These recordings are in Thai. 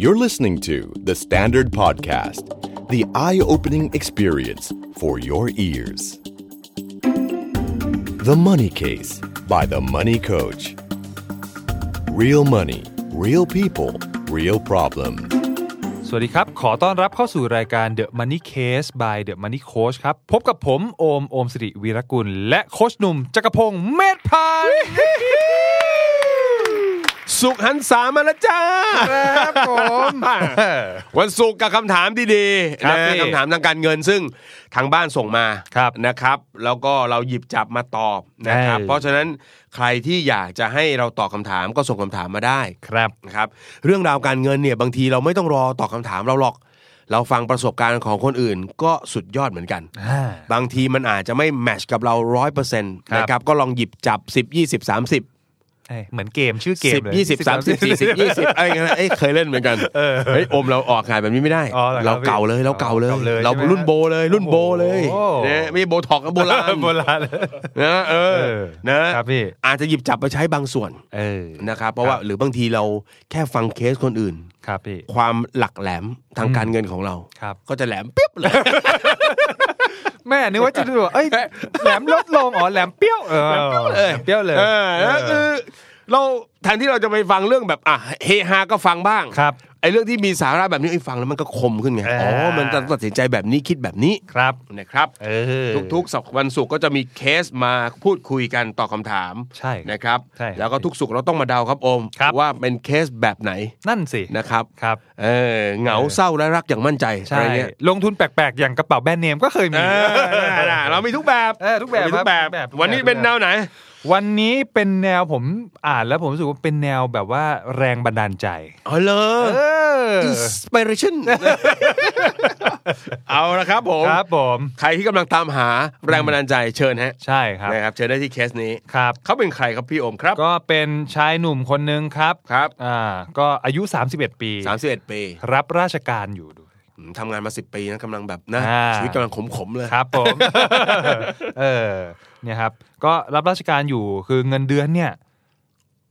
You're listening to The Standard Podcast, the eye opening experience for your ears. The Money Case by The Money Coach. Real money, real people, real problem. สวัสดีครับ ขอต้อนรับเข้าสู่รายการ The Money Case by The Money Coach ครับ พบกับผมโอม โอมสิริวีรกุล และโคชหนุ่มจักรพงศ์เมธพันธ์ สุขหันสามาแล้วจ้า ครับผม วันศุกร์กับคำถามดีๆ ครับ นะ พี่ คำถามทางการเงินซึ่งทางบ้านส่งมา ครับ นะครับ แล้วก็เราหยิบจับมาตอบนะครับ ใช่ เพราะฉะนั้นใครที่อยากจะให้เราตอบคำถามก็ส่งคำถามมาได้ ครับ นะครับ เรื่องราวการเงินเนี่ยบางทีเราไม่ต้องรอตอบคำถามเราหรอก เราฟังประสบการณ์ของคนอื่นก็สุดยอดเหมือนกัน บางทีมันอาจจะไม่แมทชกับเราร้อยเปอร์เซ็นต์ ครับ นะครับ ก็ลองหยิบจับ 10 20 30 เอ้ยเหมือนเกมชื่อเกม สิบ เลย ยี่สิบสามสิบสี่สิบยี่สิบอะไรเงี้ยเอ้ยเคยเล่นเหมือนกันเฮ้ยอมเราออกขายแบบนี้ไม่ได้ อ๋อเหรอครับ เราเก่าเลยเราเก่าเลย เก่าเลย เรา ใช่ไหม รุ่นโบเลยรุ่นโบเลย โอ้ เนี่ยไม่ใช่โบท็อกกับโบราณ โบราณเลย นะเออ เออ นะครับ พี่ อาจจะหยิบจับไปใช้บางส่วน เออ นะครับเพราะว่าหรือบางทีเราแค่ฟังเคสคนอื่น ครับพี่ ความหลักแหลมทางการเงินของเรา ครับ ก็จะแหลมปิ๊บเลย แม่นึกว่าจะดูแบบเอ้ย แหลมลดลงอ๋อแหลมเปรี้ยวเออแหลมเปรี้ยวเลย เออแล้วคือเราแทนที่เราจะไปฟังเรื่องแบบอ่ะเฮฮาก็ฟังบ้าง ครับ ไอ้เรื่องที่มีสาระแบบนี้ไอ้ฟังแล้วมันก็คมขึ้นไง อ่า อ๋อมันตัดสินใจแบบนี้คิดแบบนี้ ครับ นะครับ เออ ทุกๆสัปวันศุกร์ก็จะมีเคสมาพูดคุยกันตอบคำถาม ใช่ นะครับ ใช่ครับ แล้วก็ทุกสุกร์เราต้องมาเดาครับโอม ครับ ว่าเป็นเคสแบบไหน นั่นสิ นะครับ ครับ เออเหงาเศร้าและรักอย่างมั่นใจ ใช่ อะไรเงี้ย ลงทุนแปลกๆ อย่างกระเป๋าแบรนด์เนมก็เคยมี เออน่ะเรามีทุกแบบ เออทุกแบบ มีทุกแบบ ครับทุกแบบทุกแบบ วันนี้เป็นแนวไหน วันนี้เป็นแนวผมอ่านแล้วผมรู้สึกว่าเป็นแนวแบบว่าแรงบันดาลใจ อ๋อเหรอ inspiration เอาละครับผม ครับผม ใครที่กำลังตามหาแรงบันดาลใจเชิญฮะ ใช่ครับ นะครับ เชิญได้ที่เคสนี้ ครับ เขาเป็นใครครับพี่โอมครับ ก็เป็นชายหนุ่มคนหนึ่งครับ ครับ อ่าก็อายุ 31 ปี 31 ปี รับราชการอยู่ด้วย อืมทำงานมา 10 ปีนะกำลังแบบนะ อ่า ชีวิตกำลังขมๆเลย ครับผม เออเนี่ยครับ ก็รับราชการอยู่คือเงินเดือนเนี่ย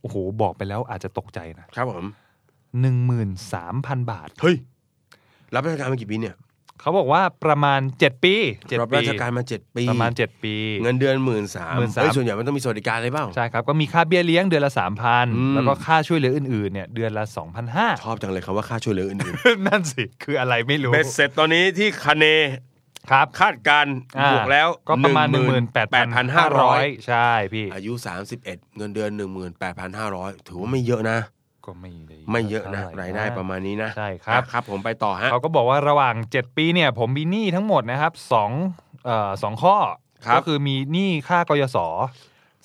โอ้โหบอกไปแล้วอาจจะตกใจนะครับ ผม หนึ่งหมื่นสามพันบาท เฮ้ยรับราชการมากี่ปีเนี่ย เขาบอกว่าประมาณเจ็ดปีเจ็ด รับ ปี ราชการมา 7 ปี ประมาณเจ็ดปี เงินเดือนหมื่นสาม 13,000 ส่วนใหญ่มันต้องมีสวัสดิการอะไรเปล่า ใช่ครับ ก็มีค่าเบี้ยเลี้ยงเดือนละ อื 3,000 ม แล้วก็ค่าช่วยเหลืออื่น ๆ เนี่ย เดือนละ ชอบจังเลยคำว่าค่าช่วยเหลือ อื่น 2,500 นั่นสิ คืออะไรไม่ ๆ รู้ เบ็ดเสร็จตอนนี้ที่คเน ครับ คาดการณ์ อ่า บวกแล้ว ก็ประมาณ 18,500 18,500 ใช่พี่ อายุ 31 เงินเดือน 18,500 ถือว่าไม่เยอะนะ ก็ไม่ด้ ไม่เยอะนะ ท่ห รายได้ประมาณนี้นะ ใช่ครับ อ่ะครับ ผมไปต่อฮะ เขาก็บอกว่าระหว่าง 7 ปีเนี่ย ผมมีหนี้ทั้งหมดนะครับสองเอ่อสองข้อ ครับ ก็คือมีหนี้ค่ากยศ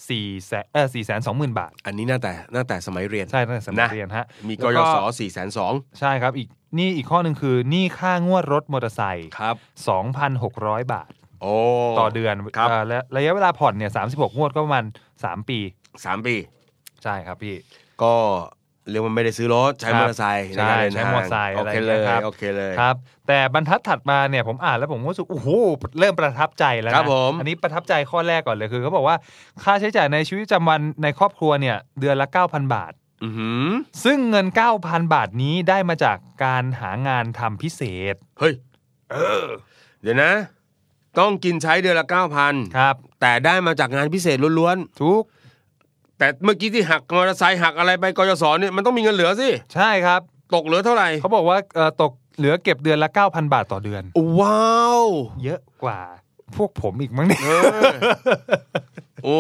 สี่แสนเออสี่แสนสองหมื่นบาท อันนี้น่าแต่น่าแต่สมัยเรียน ใช่ตั้งแต่สมัย นะ เรียนฮะ มีก แล้ว ยศ4 0 0 0 ใช่ครับอีกหนี้อีกข้อหนึ่งคือหนี้ค่างวดรถมอเตอร์ไซค์ ครับ 2,600 บาท โอ้ ต่อเดือน ครับ เอ่อและระยะเวลาผ่อนเนี่ยสากงวดก็ประมาณสามปี สามปี ใช่ครับพี่ ก็เรียกว่าไม่ได้ซื้อรถ ใช้ ครับ มอเตอร์ไซค์ใน ใช่ การเดิน ใช้ ทาง มอเตอร์ไซค์ โอ อะไร เค อย่างเงี้ เลย ย ครับ โอเคเลย ครับ แต่บรรทัดถัดมาเนี่ยผมอ่านแล้วผมก็รู้สึกโอ้โหเริ่มประทับใจแล้วนะครับ ผม อันนี้ประทับใจข้อแรกก่อนเลยคือเขาบอกว่าค่าใช้จ่ายในชีวิตประจำวันในครอบครัวเนี่ยเดือนละ 9,000 บาท อือหือ ซึ่งเงิน 9,000 บาทนี้ได้มาจากการหางานทำพิเศษ เฮ้ยเดี๋ยวนะ ต้องกินใช้เดือนละ 9,000 ครับ แต่ได้มาจากงานพิเศษล้วน ทุก ๆ แต่เมื่อกี้ที่หักมอเตอร์ไซค์หักอะไรไปกยศเนี่ยมันต้องมีเงินเหลือสิ ใช่ครับ ตกเหลือเท่าไหร่ เขาบอกว่าเอ่อตกเหลือเก็บเดือนละ 9,000 บาทต่อเดือน ว้าว เยอะกว่าพวกผมอีกมั้งเนี่ย เออโอ้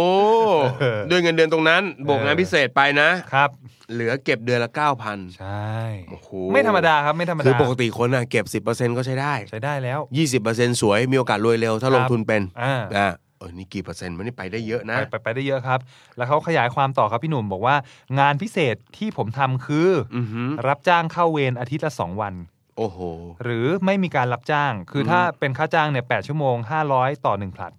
ด้วยเงินเดือนตรงนั้น บวกงานพิเศษไปนะ ครับ เหลือเก็บเดือนละ 9,000 ใช่ โอ้โห ไม่ธรรมดาครับไม่ธรรมดา คือปกติคนน่ะเก็บ 10%ก็ใช้ได้ ใช้ได้แล้ว 20%สวยมีโอกาสรวยเร็วคถ้ารับ ลงทุนเป็น อ่า นะเออนี่กี่เปอร์เซ็นต์มันนี่ไปได้เยอะนะ ไปไปไปได้เยอะครับ แล้วเขาขยายความต่อครับพี่หนุ่มบอกว่า งานพิเศษที่ผมทำคือ อือหือ รับจ้างเข้าเวรอาทิตย์ละ 2 วัน โอ้โห หรือไม่มีการรับจ้าง คืออ ม ถ้าเป็นค่าจ้างเนี่ยแชั่วโมง 500 ต่อ 1ผลัด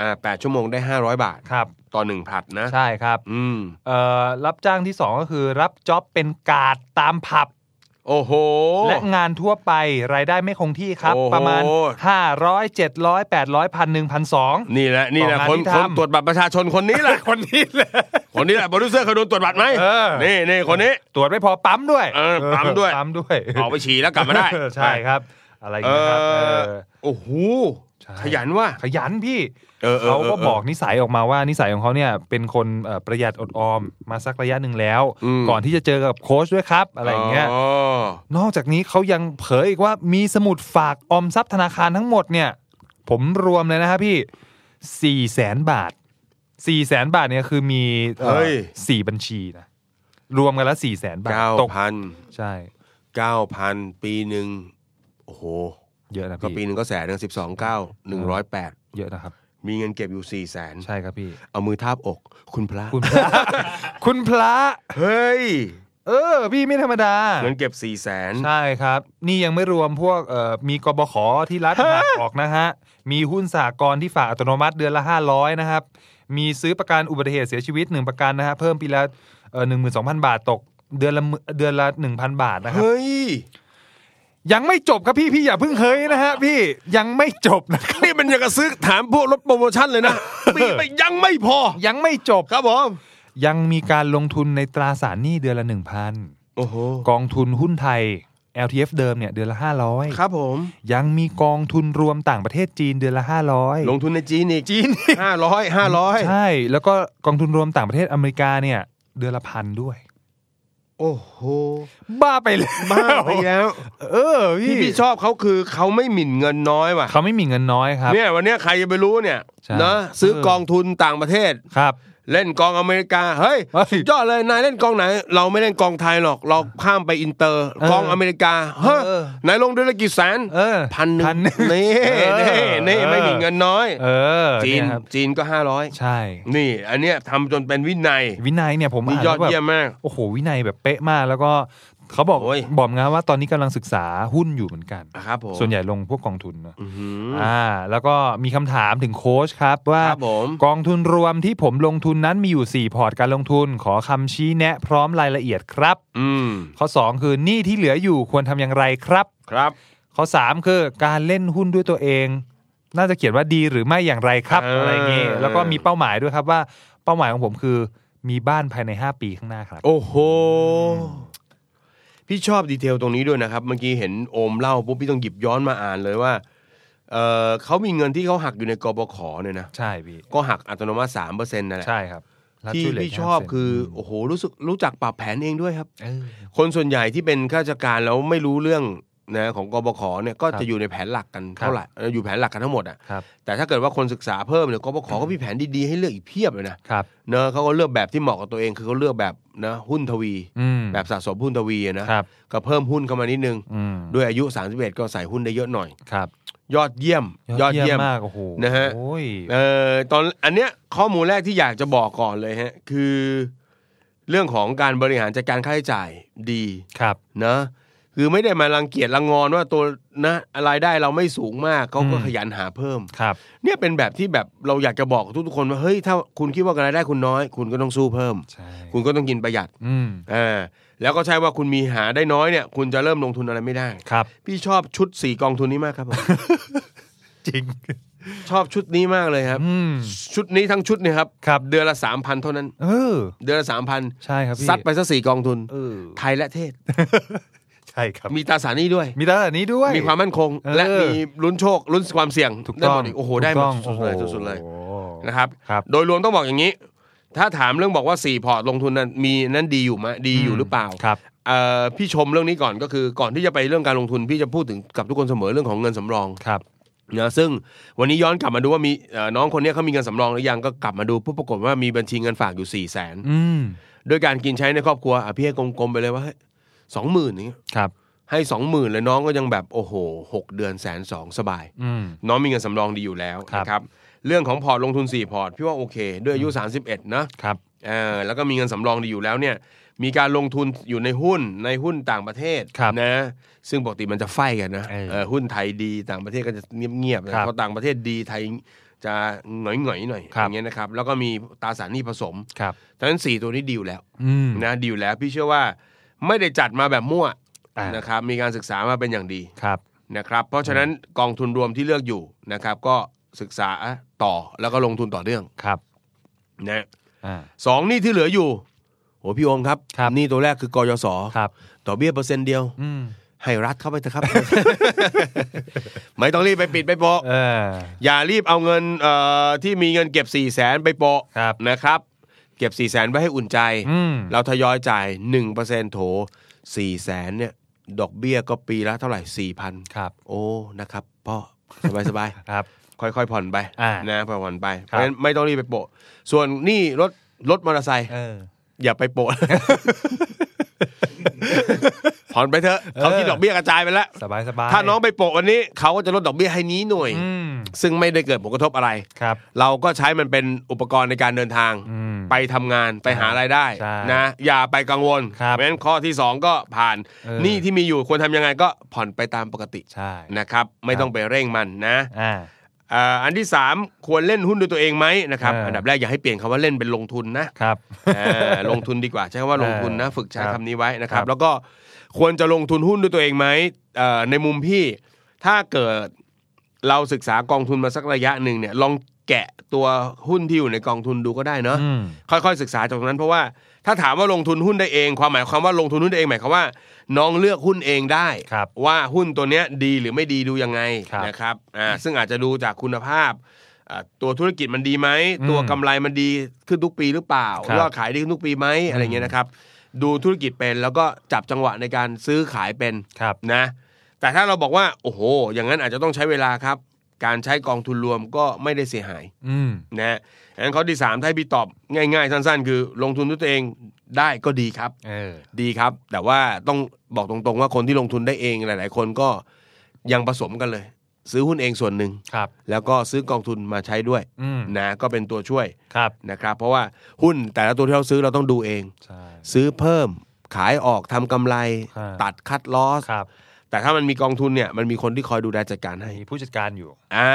อ่าแปดชั่วโมงได้ 500 บาท ครับ ต่อหนึ่งผลัดนะ ใช่ครับ อืม เอ่อรับจ้างที่ 2 ก็คือรับจ็อบเป็นกาดตามผับ โอ้โห และงานทั่วไปรายได้ไม่คงที่ครับ โอ้โห ประมาณ 500 700 800 พันหนึ่งพันสอง นี่แหละนี่แหละ ต่องาน คน ที่ คน ทำ ตรวจบัตรประชาชนคนนี้แหละ คนนี้เลย คนนี้แหละโปรดิวเซอร์เคยโดนตรวจบัตรไหม เออ นี่นี่คนนี้ ตรวจไม่พอปั๊มด้วย เออปั๊มด้วย ปั๊มด้วย ออกไปฉี่แล้วกลับมาได้ ใช่ครับ อะไรอย่าง เเงี้ยอครับ อ เออ โอ้โห ใช่ ขยันว่ะ ขยันพี่ เออเออ เขาก็ เออเออ บอกนิสัยออกมาว่านิสัยของเขาเนี่ยเป็นคนเอ่อประหยัดอดออมมาสักระยะหนึ่งแล้ว อืม ก่อนที่จะเจอกับโค้ชด้วยครับ อะไรอย่างเงี้ย อน อกจากนี้เขายังเผยอีกว่ามีสมุดฝากออมทรัพย์ธนาคารทั้งหมดเนี่ย ผมรวมเลยนะครับพี่สี่แสนบาทสี่แสนบาทเนี่ยคือมีเอ่อ เฮ้ย สี่บัญชีนะรวมกันแล้วสี่แสนบาท เก้า ตก พัน ใช่ เก้าพันปีหนึ่งโอ้โห เยอะนะ ก็ปี พี่ หนึ่งก็แสนหนึ่งสิบสองเก้าหนึ่งร้อยแปด เยอะนะครับ มีเงินเก็บอยู่สี่แสน ใช่ครับพี่ เอามือทาบอก คุณพระ คุณพระ คุณพระ เฮ้ย เออ พี่ไม่ธรรมดา เงินเก็บสี่แสน ใช่ครับ นี่ยังไม่รวมพวกเอ่อมีกบขที่รัฐหักออกนะฮะ มีหุ้นสากรณ์ที่ฝากอัตโนมัติเดือนละ 500 นะครับ มีซื้อประกันอุบัติเหตุเสียชีวิต 1 ประกันนะฮะ เพิ่มปีละเอ่อ12,000 บาทตก เดือนละหมื่นเดือนละ 1,000 บาทนะครับ เฮ้ย ยังไม่จบครับพี่ พี่อย่าเพิ่งเฮ้ยนะฮะพี่ยังไม่จบนะครับ นี่มันยังกระซื้อถามพวกรถโปรโมชั่นเลยนะ ปีไป ยังไม่พอ ยังไม่จบ ครับผม ยังมีการลงทุนในตราสารหนี้เดือนละ 1,000 โอ้โห กองทุนหุ้นไทย LTF เดิมเนี่ยเดือนละ 500 ครับผม ยังมีกองทุนรวมต่างประเทศจีนเดือนละ 500 ลงทุนในจีนอีกจีนห้าร้อยห้าร้อย ใช่ แล้วก็กองทุนรวมต่างประเทศอเมริกาเนี่ย เดือนละพันด้วย โอ้โห บ้าไปเลย บ้าไปแล้ว เออพี่ ที่พี่ชอบเขาคือเขาไม่หมิ่นเงินน้อยว่ะ เขาไม่มีเงินน้อยครับ เนี่ยวันเนี้ยใครจะไปรู้เนี่ย ใช่ นะซื้อ เออ กองทุนต่างประเทศ ครับ เล่นกองอเมริกาเฮ้ย เฮ้ย สุดยอดเลยนายเล่นกองไหน เราไม่เล่นกองไทยหรอกเราข้ามไปอินเตอร์ เออก องอเมริกาเฮ้ย เออ นายลงเดือนละกี่แสน เออ พันหนึ่ พัน ง หนึ่ง นี่ เอ นี่ อ นี่ไม่มีเงินน้อย เออ จีน เยครับ จีนก็ห้าร้อย ใช่ นี่ อันเนี้ยทำจนเป็นวินัย วินัยเนี่ยผม นี่ อ่าน ย แล้ อด วแบบ เยี่ยมมาก โอ้โห วินัยแบบเป๊ะมากแล้วก็เขาบอก โอ้ย บอกงานว่าตอนนี้กำลังศึกษาหุ้นอยู่เหมือนกัน นะครับผม ส่วนใหญ่ลงพวกกองทุนเนอะ อื้อหือ อ่าแล้วก็มีคำถามถึงโค้ชครับว่า ครับผม กองทุนรวมที่ผมลงทุนนั้นมีอยู่ 4 พอร์ตการลงทุน ขอคำชี้แนะพร้อมรายละเอียดครับ อืม ข้อ 2 คือหนี้ที่เหลืออยู่ควรทำอย่างไรครับ ครับ ข้อ 3 คือการเล่นหุ้นด้วยตัวเอง น่าจะเขียนว่าดีหรือไม่อย่างไรครับ เอออ อะไรอย่างนี้แล้วก็มีเป้าหมายด้วยครับว่าเป้าหมายของผมคือมีบ้านภายใน 5 ปีข้างหน้าครับ โอ้โห พี่ชอบดีเทลตรงนี้ด้วยนะครับ เมื่อกี้เห็นโอมเล่าปุ๊บพี่ต้องหยิบย้อนมาอ่านเลยว่าเออเขามีเงินที่เขาหักอยู่ในกบขเนี่ยนะ ใช่พี่ ก็หักอัตโนมัติสามเปอร์เซ็นต์นั่นแหละ ใช่ครับรัฐ ที่ วยเหลื พี่ แค่ ชอบ 5% คือ โอ้โห รู้สึกรู้จักปรับแผนเองด้วยครับ เออ คนส่วนใหญ่ที่เป็นข้าราชการแล้วไม่รู้เรื่องนะของกบขเนี่ยก็ ครับ จะอยู่ในแผนหลักกันเท่าไหร่เอ่ออยู่แผนหลักกันทั้งหมดอ่ะ ครับ แต่ถ้าเกิดว่าคนศึกษาเพิ่มเนี่ยกบขก็มีแผนดีๆให้เลือกอีกเพียบเลยนะครับเนอะเขาก็เลือกแบบที่เหมาะกับตัวเองคือเขาเลือกแบบนะหุ้นทวี อืม แบบสะสมหุ้นทวีอะนะครับ ก็เพิ่มหุ้นเข้ามานิดนึง อืม ด้วยอายุ 31 ก็ใส่หุ้นได้เยอะหน่อย ครับ ยอดเยี่ยม ยอดเยี่ยมมากโอ้โห นะฮะ โอ้ย เอ่อตอนอันเนี้ยข้อมูลแรกที่อยากจะบอกก่อนเลยฮะคือ เรื่องของการบริหารจัดการค่าใช้จ่ายดี ครับ นะคือไม่ได้มารังเกียจรังงอนว่าตัวนะรายได้เราไม่สูงมากเขาก็ อืม ขยันหาเพิ่ม ครับ เนี่ยเป็นแบบที่แบบเราอยากจะบอกทุกๆคนว่าเฮ้ยถ้าคุณคิดว่ารายได้คุณน้อย คุณก็ต้องสู้เพิ่ม ใช่ คุณก็ต้องกินประหยัด อืม อ่าแล้วก็ใช่ว่าคุณมีหาได้น้อยเนี่ย คุณจะเริ่มลงทุนอะไรไม่ได้ ครับ พี่ชอบชุดสี่กองทุนนี้มากครับผม จริง ชอบชุดนี้มากเลยครับ อืม ชุดนี้ทั้งชุดเนี่ยครับ ครับ เดือนละสามพันเท่านั้น เออ เดือนละสามพัน ใช่ครับพี่ ซัดไปสักสี่กองทุน เออ ไทยและเทศ ใช่ครับ มีตราสารหนี้ด้วย มีตลาดนี้ด้วย มีความมั่นคง เออ และมีลุ้นโชคลุ้นความเสี่ยง ถูก ได้ ต้ ห อ ม ง ดอีกโอ้โห ถูก ได้หมด ต้อง สุดๆเลยสุดๆเลย โอ้โห นะครับ ครับ โดยรวมต้องบอกอย่างนี้ ถ้าถามเรื่องบอกว่า 4 พอร์ตลงทุนนั้นมีนั้นดีอยู่ไหมดีอยู่หรือเปล่า ครับ เอ่อพี่ชมเรื่องนี้ก่อนก็คือก่อนที่จะไปเรื่องการลงทุนพี่จะพูดถึงกับทุกคนเสมอเรื่องของเงินสำรอง ครับ นะซึ่งวันนี้ย้อนกลับมาดูว่ามีเอ่อน้องคนเนี้ยเขามีเงินสำรองหรือยังก็กลับมาดูผู้ปรากฏว่ามีบัญชีเงินฝากอยู่4ี่แสน อืม ด้วยการกินใช้ในครอบครัวอ่ะพี่ให้กลมๆไปเลยว่าสองหมื่นอย่างเงี้ย ครับ ให้สองหมื่นเลยน้องก็ยังแบบโอ้โหหกเดือนแสนสองสบาย อืม น้องมีเงินสำรองดีอยู่แล้ว ครับ นะครับ เรื่องของพอร์ตลงทุน 4 พอร์ต พี่ว่าโอเค ด้วยอายุ 31 นะครับ เออแล้วก็มีเงินสำรองดีอยู่แล้วเนี่ย มีการลงทุนอยู่ในหุ้นในหุ้นต่างประเทศ ครับ นะ ซึ่งปกติมันจะไฟกันนะ เออ เออหุ้นไทยดีต่างประเทศก็จะเงียบๆนะครับ พอต่างประเทศดีไทยจะหน่อยๆหน่อยหน่อย ครับ อย่างเงี้ยนะครับ แล้วก็มีตราสารหนี้ผสม ครับ ทั้งนั้น4ตัวนี้ดีอยู่แล้ว อืม นะดีอยู่แล้ว พี่เชื่อว่าไม่ได้จัดมาแบบมั่ว อ่า นะครับมีการศึกษามาเป็นอย่างดี ครับ นะครับ เพราะฉะนั้นกองทุนรวมที่เลือกอยู่นะครับ ก็ศึกษาต่อแล้วก็ลงทุนต่อเนื่อง ครับ นะ อ่า สองหนี่ที่เหลืออยู่โหพี่องค์ครับ ครับ หนี่ตัวแรกคือกยศ ครับ ต่อเบี้ยเปอร์เซ็นต์เดียว อืม ให้รัฐเข้าไปเถอะครับ ไม่ต้องรีบไปปิดไปโปะ เออ อย่ารีบเอาเงินเอ่อที่มีเงินเก็บ4ี่แสนไปโปะ ครับ นะครับ เก็บ4ี่แสนไว้ให้อุ่นใจ อืม เราทยอยจ่าย1%โถ4แสนเนี่ย ดอกเบี้ยก็ปีละเท่าไหร่ 4,000 ครับ โอ้ นะครับ พ่อ สบายสบาย ครับ ๆ ค่อยๆ ผ่อนไป อ่า นะผ่อนไป เพ ครับ ราะฉะนั้นไม่ต้องรีบไปโปะ ส่วนหนี่รถรถมอเตอร์ไซค์ เออ อย่าไปโปะ ผ่อนไปเถอะเขาคิดดอกเบี้ยกระจายไปแล้ว สบายสบาย ถ้าน้องไปโปะวันนี้เขาก็จะลดดอกเบี้ยให้นี้หน่วย อืม ซึ่งไม่ได้เกิดผลกระทบอะไร ครับ เราก็ใช้มันเป็นอุปกรณ์ในการเดินทาง อืม ไปทำงานไปหารายได้ ใช่ นะอย่าไปกังวล ครับ เพราะฉะนั้นข้อที่ 2 ก็ผ่าน เออ หนี้ที่มีอยู่ควรทำยังไงก็ผ่อนไปตามปกติ ใช่ นะครับ ไม่ต้องไปเร่งมันนะ อ่า เอ่ออันที่ 3 ควรเล่นหุ้นด้วยตัวเองไหมนะครับ เอออั อันดับแรกอย่าให้เปลี่ยนคำว่าเล่นเป็นลงทุนนะครับ เออลงทุนดีกว่าใช้คำว่าลงทุนนะ เออ ฝึกใช้ ครับคำนี้ไว้นะครั ครับ บ แล้วก็ควรจะลงทุนหุ้นด้วยตัวเองไหมเอ่อในมุมพี่ถ้าเกิดเราศึกษากองทุนมาสักระยะหนึ่งเนี่ยลองแกะตัวหุ้นที่อยู่ในกองทุนดูก็ได้เนาะ อืม ค่อยๆศึกษาจากตรงนั้นเพราะว่าถ้าถามว่าลงทุนหุ้นได้เอง ความหมายความว่าลงทุนหุ้นได้เองหมายความว่า น้องเลือกหุ้นเองได้ ครับ ว่าหุ้นตัวเนี้ยดีหรือไม่ดีดูยังไง ครับ นะครับอ่าซึ่งอาจจะดูจากคุณภาพอ่าตัวธุรกิจมันดีไหม ตัว อืม กำไรมันดีขึ้นทุกปีหรือเปล่า ครับ ยอดขายดีขึ้นทุกปีไหมอะไรเงี้ยนะครับ ดูธุรกิจเป็นแล้วก็จับจังหวะในการซื้อขายเป็น ครับ นะ แต่ถ้าเราบอกว่าโอ้โห อย่างนั้นอาจจะต้องใช้เวลาครับ การใช้กองทุนรวมก็ไม่ได้เสียหาย อืม นะฮะอันข้อที่ 3 ถ้าให้พี่ตอบง่ายๆ สั้นๆ คือลงทุนด้วยตัวเองได้ก็ดีครับ เออ ดีครับ แต่ว่าต้องบอกตรงๆว่าคนที่ลงทุนได้เองหลายๆ คนก็ยังผสมกันเลย ซื้อหุ้นเองส่วนหนึ่ง ครับ แล้วก็ซื้อกองทุนมาใช้ด้วย อืม นะก็เป็นตัวช่วย ครับ นะครับ เพราะว่าหุ้นแต่ละตัวที่เราซื้อเราต้องดูเอง ใช่ ซื้อเพิ่มขายออกทำกำไร ครับ ตัดคัดลอส ครับ แต่ถ้ามันมีกองทุนเนี่ยมันมีคนที่คอยดูแลจัดการให้ มีผู้จัดการอยู่ อ่า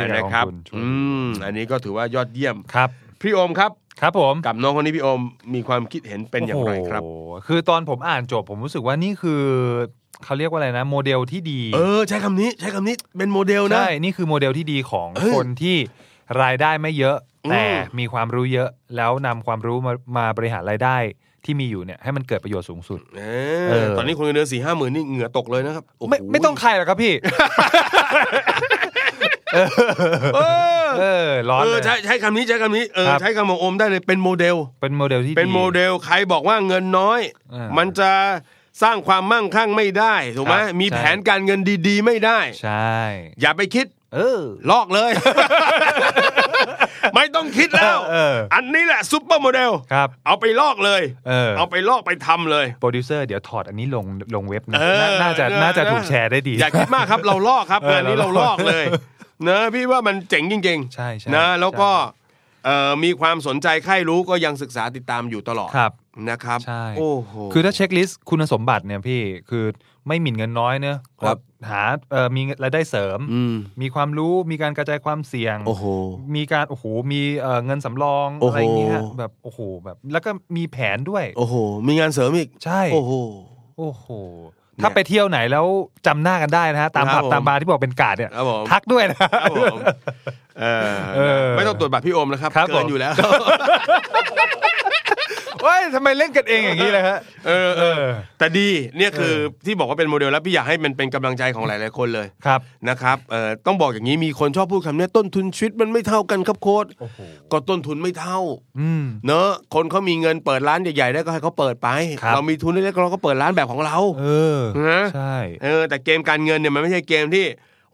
มีหลาย นะครับ กองทุนช่วย อืมอันนี้ก็ถือว่ายอดเยี่ยม ครับ พี่โอมครับ ครับผม กับน้องคนนี้พี่โอมมีความคิดเห็นเป็นอย่างไรครับ โอ้โหคือตอนผมอ่านจบผมรู้สึกว่านี่คือเขาเรียกว่าอะไรนะ โมเดลที่ดี เออ ใช้คำนี้ใช้คำนี้เป็นโมเดลนะ ใช่ นี่คือโมเดลที่ดีของ เออ คนที่รายได้ไม่เยอะ อืม แต่มีความรู้เยอะแล้วนำความรู้มามาบริหารรายได้ที่มีอยู่เนี่ยให้มันเกิดประโยชน์สูงสุด เอ เอ อ อ ตอนนี้คนเงินเดือนสี่ห้าหมื่นนี่เหงื่อตกเลยนะครับโโห ไม่ไม่ต้องใครหรอก ครับพี่ เออ เออร้อน เอ เล อย ใช้ใช้คำนี้ใช้คำนี้เออ ครับ ใช้คำของโอมได้เลยเป็นโมเดล เป็นโมเดลที่ดี เป็นโมเดลใครบอกว่าเงินน้อย เออ มันจะสร้างความมั่งคั่งไม่ได้ถูกไหม ครับ มี ใช่ แผนการเงินดี ๆ ไม่ได้ ใช่ อย่าไปคิด เออ ลอกเลย ไม่ต้องคิดแล้ว เออ อันนี้แหละซุปเปอร์โมเดล ครับ เอาไปลอกเลย เออ เอาไปลอกไปทำเลย โปรดิวเซอร์เดี๋ยวถอดอันนี้ลงลงเว็บนะ เออ น่าน่าจะ เออ น่าจะถูกแชร์ได้ดี อย่าคิดมากครับ เราลอกครัเอองบานนี้เราลอกเลย เนอะพี่ว่ามันเจ๋งจริง ใช่ใช่ นะแล้วก็ ใช่ เอ่อมีความสนใจใครรู้ก็ยังศึกษาติดตามอยู่ตลอด ครับ นะครับ ใช่ โอ้โห คือถ้าเช็คลิสต์คุณสมบัติเนี่ยพี่คือไม่หมิ่นเงินน้อยเนอะ ครับ หาเอ่อมีรายได้เสริม อืม มีความรู้มีการกระจายความเสี่ยง โอ้โห มีการโอ้โหมีเอ่อเงินสำรอง โอ้ อะ โห ไรเงี้ยแบบโอ้โหแบบแล้วก็มีแผนด้วย โอ้โห มีงานเสริมอีก ใช่ โอ้โห โอ้โห ถ้าไปเที่ยวไหนแล้วจำหน้ากันได้นะฮะตาม คผัรับบ ผม ตามบาร์ที่บอกเป็นการ์ดเนี่ย ครับผม ทักด้วยนะ ครับผมเออ เออ ไม่ต้องตรวจบัตรพี่โอมนะครับ ครับ เกิน ผม อยู่แล้ว เฮ้ยทำไมเล่นกันเองอย่างนี้เลยฮะ เออเออ เออ แต่ดีเนี่ยคือที่บอกว่าเป็นโมเดลแล้วพี่อยากให้มันเป็นกำลังใจของหลาย ๆ คนเลย ครับ นะครับเออต้องบอกอย่างนี้มีคนชอบพูดคำเนี้ยต้นทุนชีวิตมันไม่เท่ากันครับโค้ด โอ้โห ก็ต้นทุนไม่เท่า อืม เนอะคนเขามีเงินเปิดร้านใหญ่ๆได้ก็ให้เขาเปิดไป ครับ เรามีทุนเล็กๆเราก็เปิดร้านแบบของเรา เออ นะ ใช่ เออแต่เกมการเงินเนี่ยมันไม่ใช่เกมที่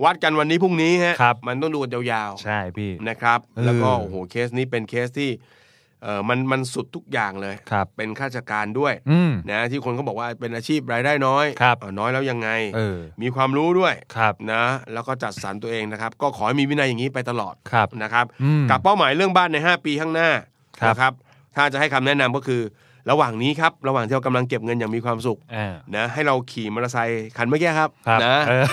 วัดกันวันนี้พรุ่งนี้ฮะ ครับ มันต้องดูกันยาว ใช่พี่ ๆนะครับ เออ แล้วก็โอ้โหเคสนี้เป็นเคสที่เออมันมันสุดทุกอย่างเลย ครับ เป็นข้าราชการด้วย อืม นะที่คนเขาบอกว่าเป็นอาชีพรายได้น้อย ครับ เออน้อยแล้วยังไง เออ มีความรู้ด้วย ครับ นะ แล้วก็จัดสรรตัวเองนะครับ ก็ขอให้มีวินัยอย่างนี้ไปตลอด ครับ นะครับ อืม กับเป้าหมายเรื่องบ้านใน 5 ปีข้างหน้า ครับ นะครับถ้าจะให้คำแนะนำก็คือ ระหว่างนี้ครับ ระหว่างที่เรากำลังเก็บเงินอย่างมีความสุข อ่า นะให้เราขี่มอเตอร์ไซค์คันเมื่อกี้ครับ ครับ นะ เออ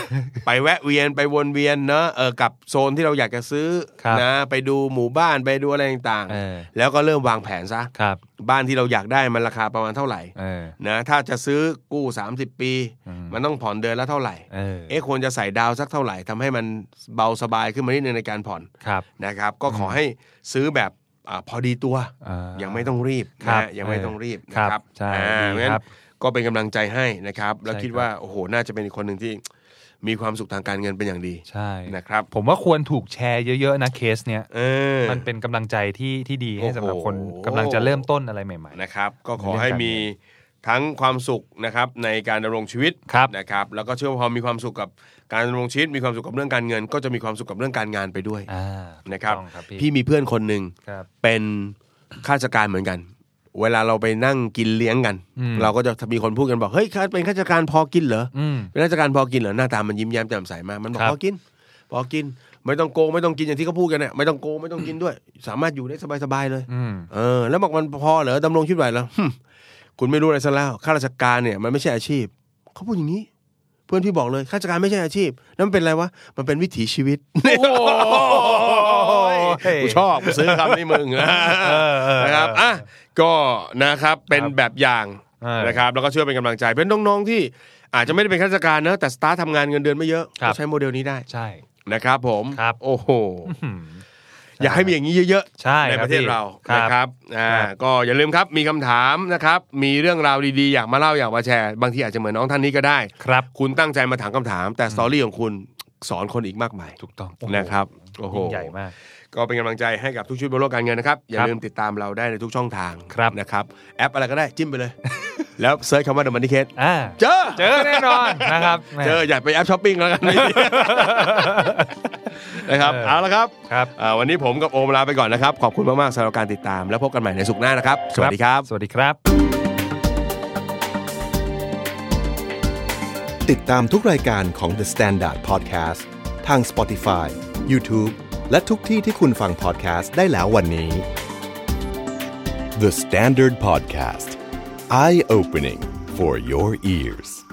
ไปแวะเวียนไปวนเวียนเนอะเออกับโซนที่เราอยากจะซื้อ ครับ นะไปดูหมู่บ้านไปดูอะไรต่าง เออ ๆ แล้วก็เริ่มวางแผนซะ ครับ บ้านที่เราอยากได้มันราคาประมาณเท่าไหร่ เออ นะถ้าจะซื้อกู้ 30 ปี อืม มันต้องผ่อนเดือนละเท่าไหร่ เออ เอ๊ะควรจะใส่ดาวสักเท่าไหร่ทำให้มันเบาสบายขึ้นมานิดนึงในการผ่อน ครับ นะครับ ก็ขอให้ซื้อแบบอาพอดีตัว อ่า ยังไม่ต้องรีบ ครั นะ บ ฮะยังไม่ต้องรีบ เออ นะค ครั รั บบ ใช่ อ่า ดี เพราะคฉะนั้ รับ นก็เป็นกำลังใจให้นะครับ แล้ว ใช่ คิดว่าโอ้โหน่าจะเป็นอีกคนหนึ่งที่มีความสุขทางการเงินเป็นอย่างดี ใช่ นะครับ ผมว่าควรถูกแชร์เยอะๆนะเคสเนี้ย เออ มันเป็นกำลังใจที่ที่ดีให้สำหรับคน โอ้โห กำลังจะเริ่มต้นอะไรใหม่ นะครับก็ขอ ในเรื่อง ให้ การ มีทั้งความสุขนะครับในการดำรงชีวิต ครับ นะครับ แล้วก็เชื่อว่าพอมีความสุขกับการดำรงชีวิต มีความสุขกับเรื่องการเงิน ก็จะมีความสุขกับเรื่องการงานไปด้วย ๆ อ่านะ นะครับ ครับ พี่ พี่ มีเพื่อนคนหนึ่ง ครับ เป็นข้าราชการเหมือนกัน เวลาเราไปนั่งกินเลี้ยงกัน อืม เราก็จะมีคนพูดกันบอกเฮ้ยข้าเป็นข้าราชการพอกินเหรอ อืม เป็นข้าราชการพอกินเหรอหน้าตามันยิ้มแย้มแจ่มใสมากมันบอก ครับ พอกิน พอกิน ไม่ต้องโกงไม่ต้องกินอย่างที่เขาพูดกันเนี่ยไม่ต้องโกงไม่ต้องกินด้วย สามารถอยู่ได้สบายๆเลย อืม เออแล้วบอกมันพอเหรอดำรงชีวิตไหวแล้วหึ่มคุณไม่รู้อะไรซะแล้วข้าราชการเนี่ยมันไม่ใช่อาชีพ เขาพูดอย่างนี้ เพื่อนพี่บอกเลยข้าราชการไม่ใช่อาชีพแล้วมันเป็นอะไรวะมันเป็นวิถีชีวิต ย กูชอบกูซื้อคำนี้มึงนะ เออเออ นะครับอ่ะก็นะครับเป็นแบบอย่าง เออ นะครับแล้วก็เชื่อเป็นกำลังใจเป็นน้องๆที่อาจจะไม่ได้เป็นข้าราชการนะแต่สตาร์ททำงานเงินเดือนไม่เยอะ ครับ ก็ใช้โมเดลนี้ได้ ใช่ นะครับ ผม ครับ โอ้โห อืม อยากให้มีอย่างนี้เยอะๆ ใช่ ใน คบ ประเทศเรา ค นะค รั รับ บอ่า ครับ ก็อย่าลืมครับมีคำถามนะครับ มีเรื่องราวดีๆ อยากมาเล่าอยากมาแชร์ บางทีอาจจะเหมือนน้องท่านนี้ก็ได้ ครับ คุณตั้งใจมาถามคำถาม แต่สตอรี่ของคุณสอนคนอีกมากมาย ถูกต้อง นะครับโอ้โห ยิ่งใหญ่มาก ก็เป็นกำลังใจให้กับทุกชุดบนโลกการเงินนะครับ อย่า ครับ ลืมติดตามเราได้ในทุกช่องทาง ครับ นะครับ แอปอะไรก็ได้จิ้มไปเลย แล้วเซิร์ชคำว่า The Money Case อ่า เจอ เจอแน่นอนนะครับแหม่ เจออย่าไปแอปช้อปปิ้งแล้ว กันนะครับ เออ เอาละครับ ครับ อ่าวันนี้ผมกับโอมลาไปก่อนนะครับ ขอบคุณมากๆสำหรับการติดตาม แล้วพบกันใหม่ในสุขหน้านะครับ สวัสดีครับ สวัสดีครับ ติดตามทุกรายการของ The Standard Podcast ทาง Spotify, YouTube และทุกที่ที่คุณฟัง podcast ได้แล้ววันนี้ The Standard Podcast Eye Opening for Your Ears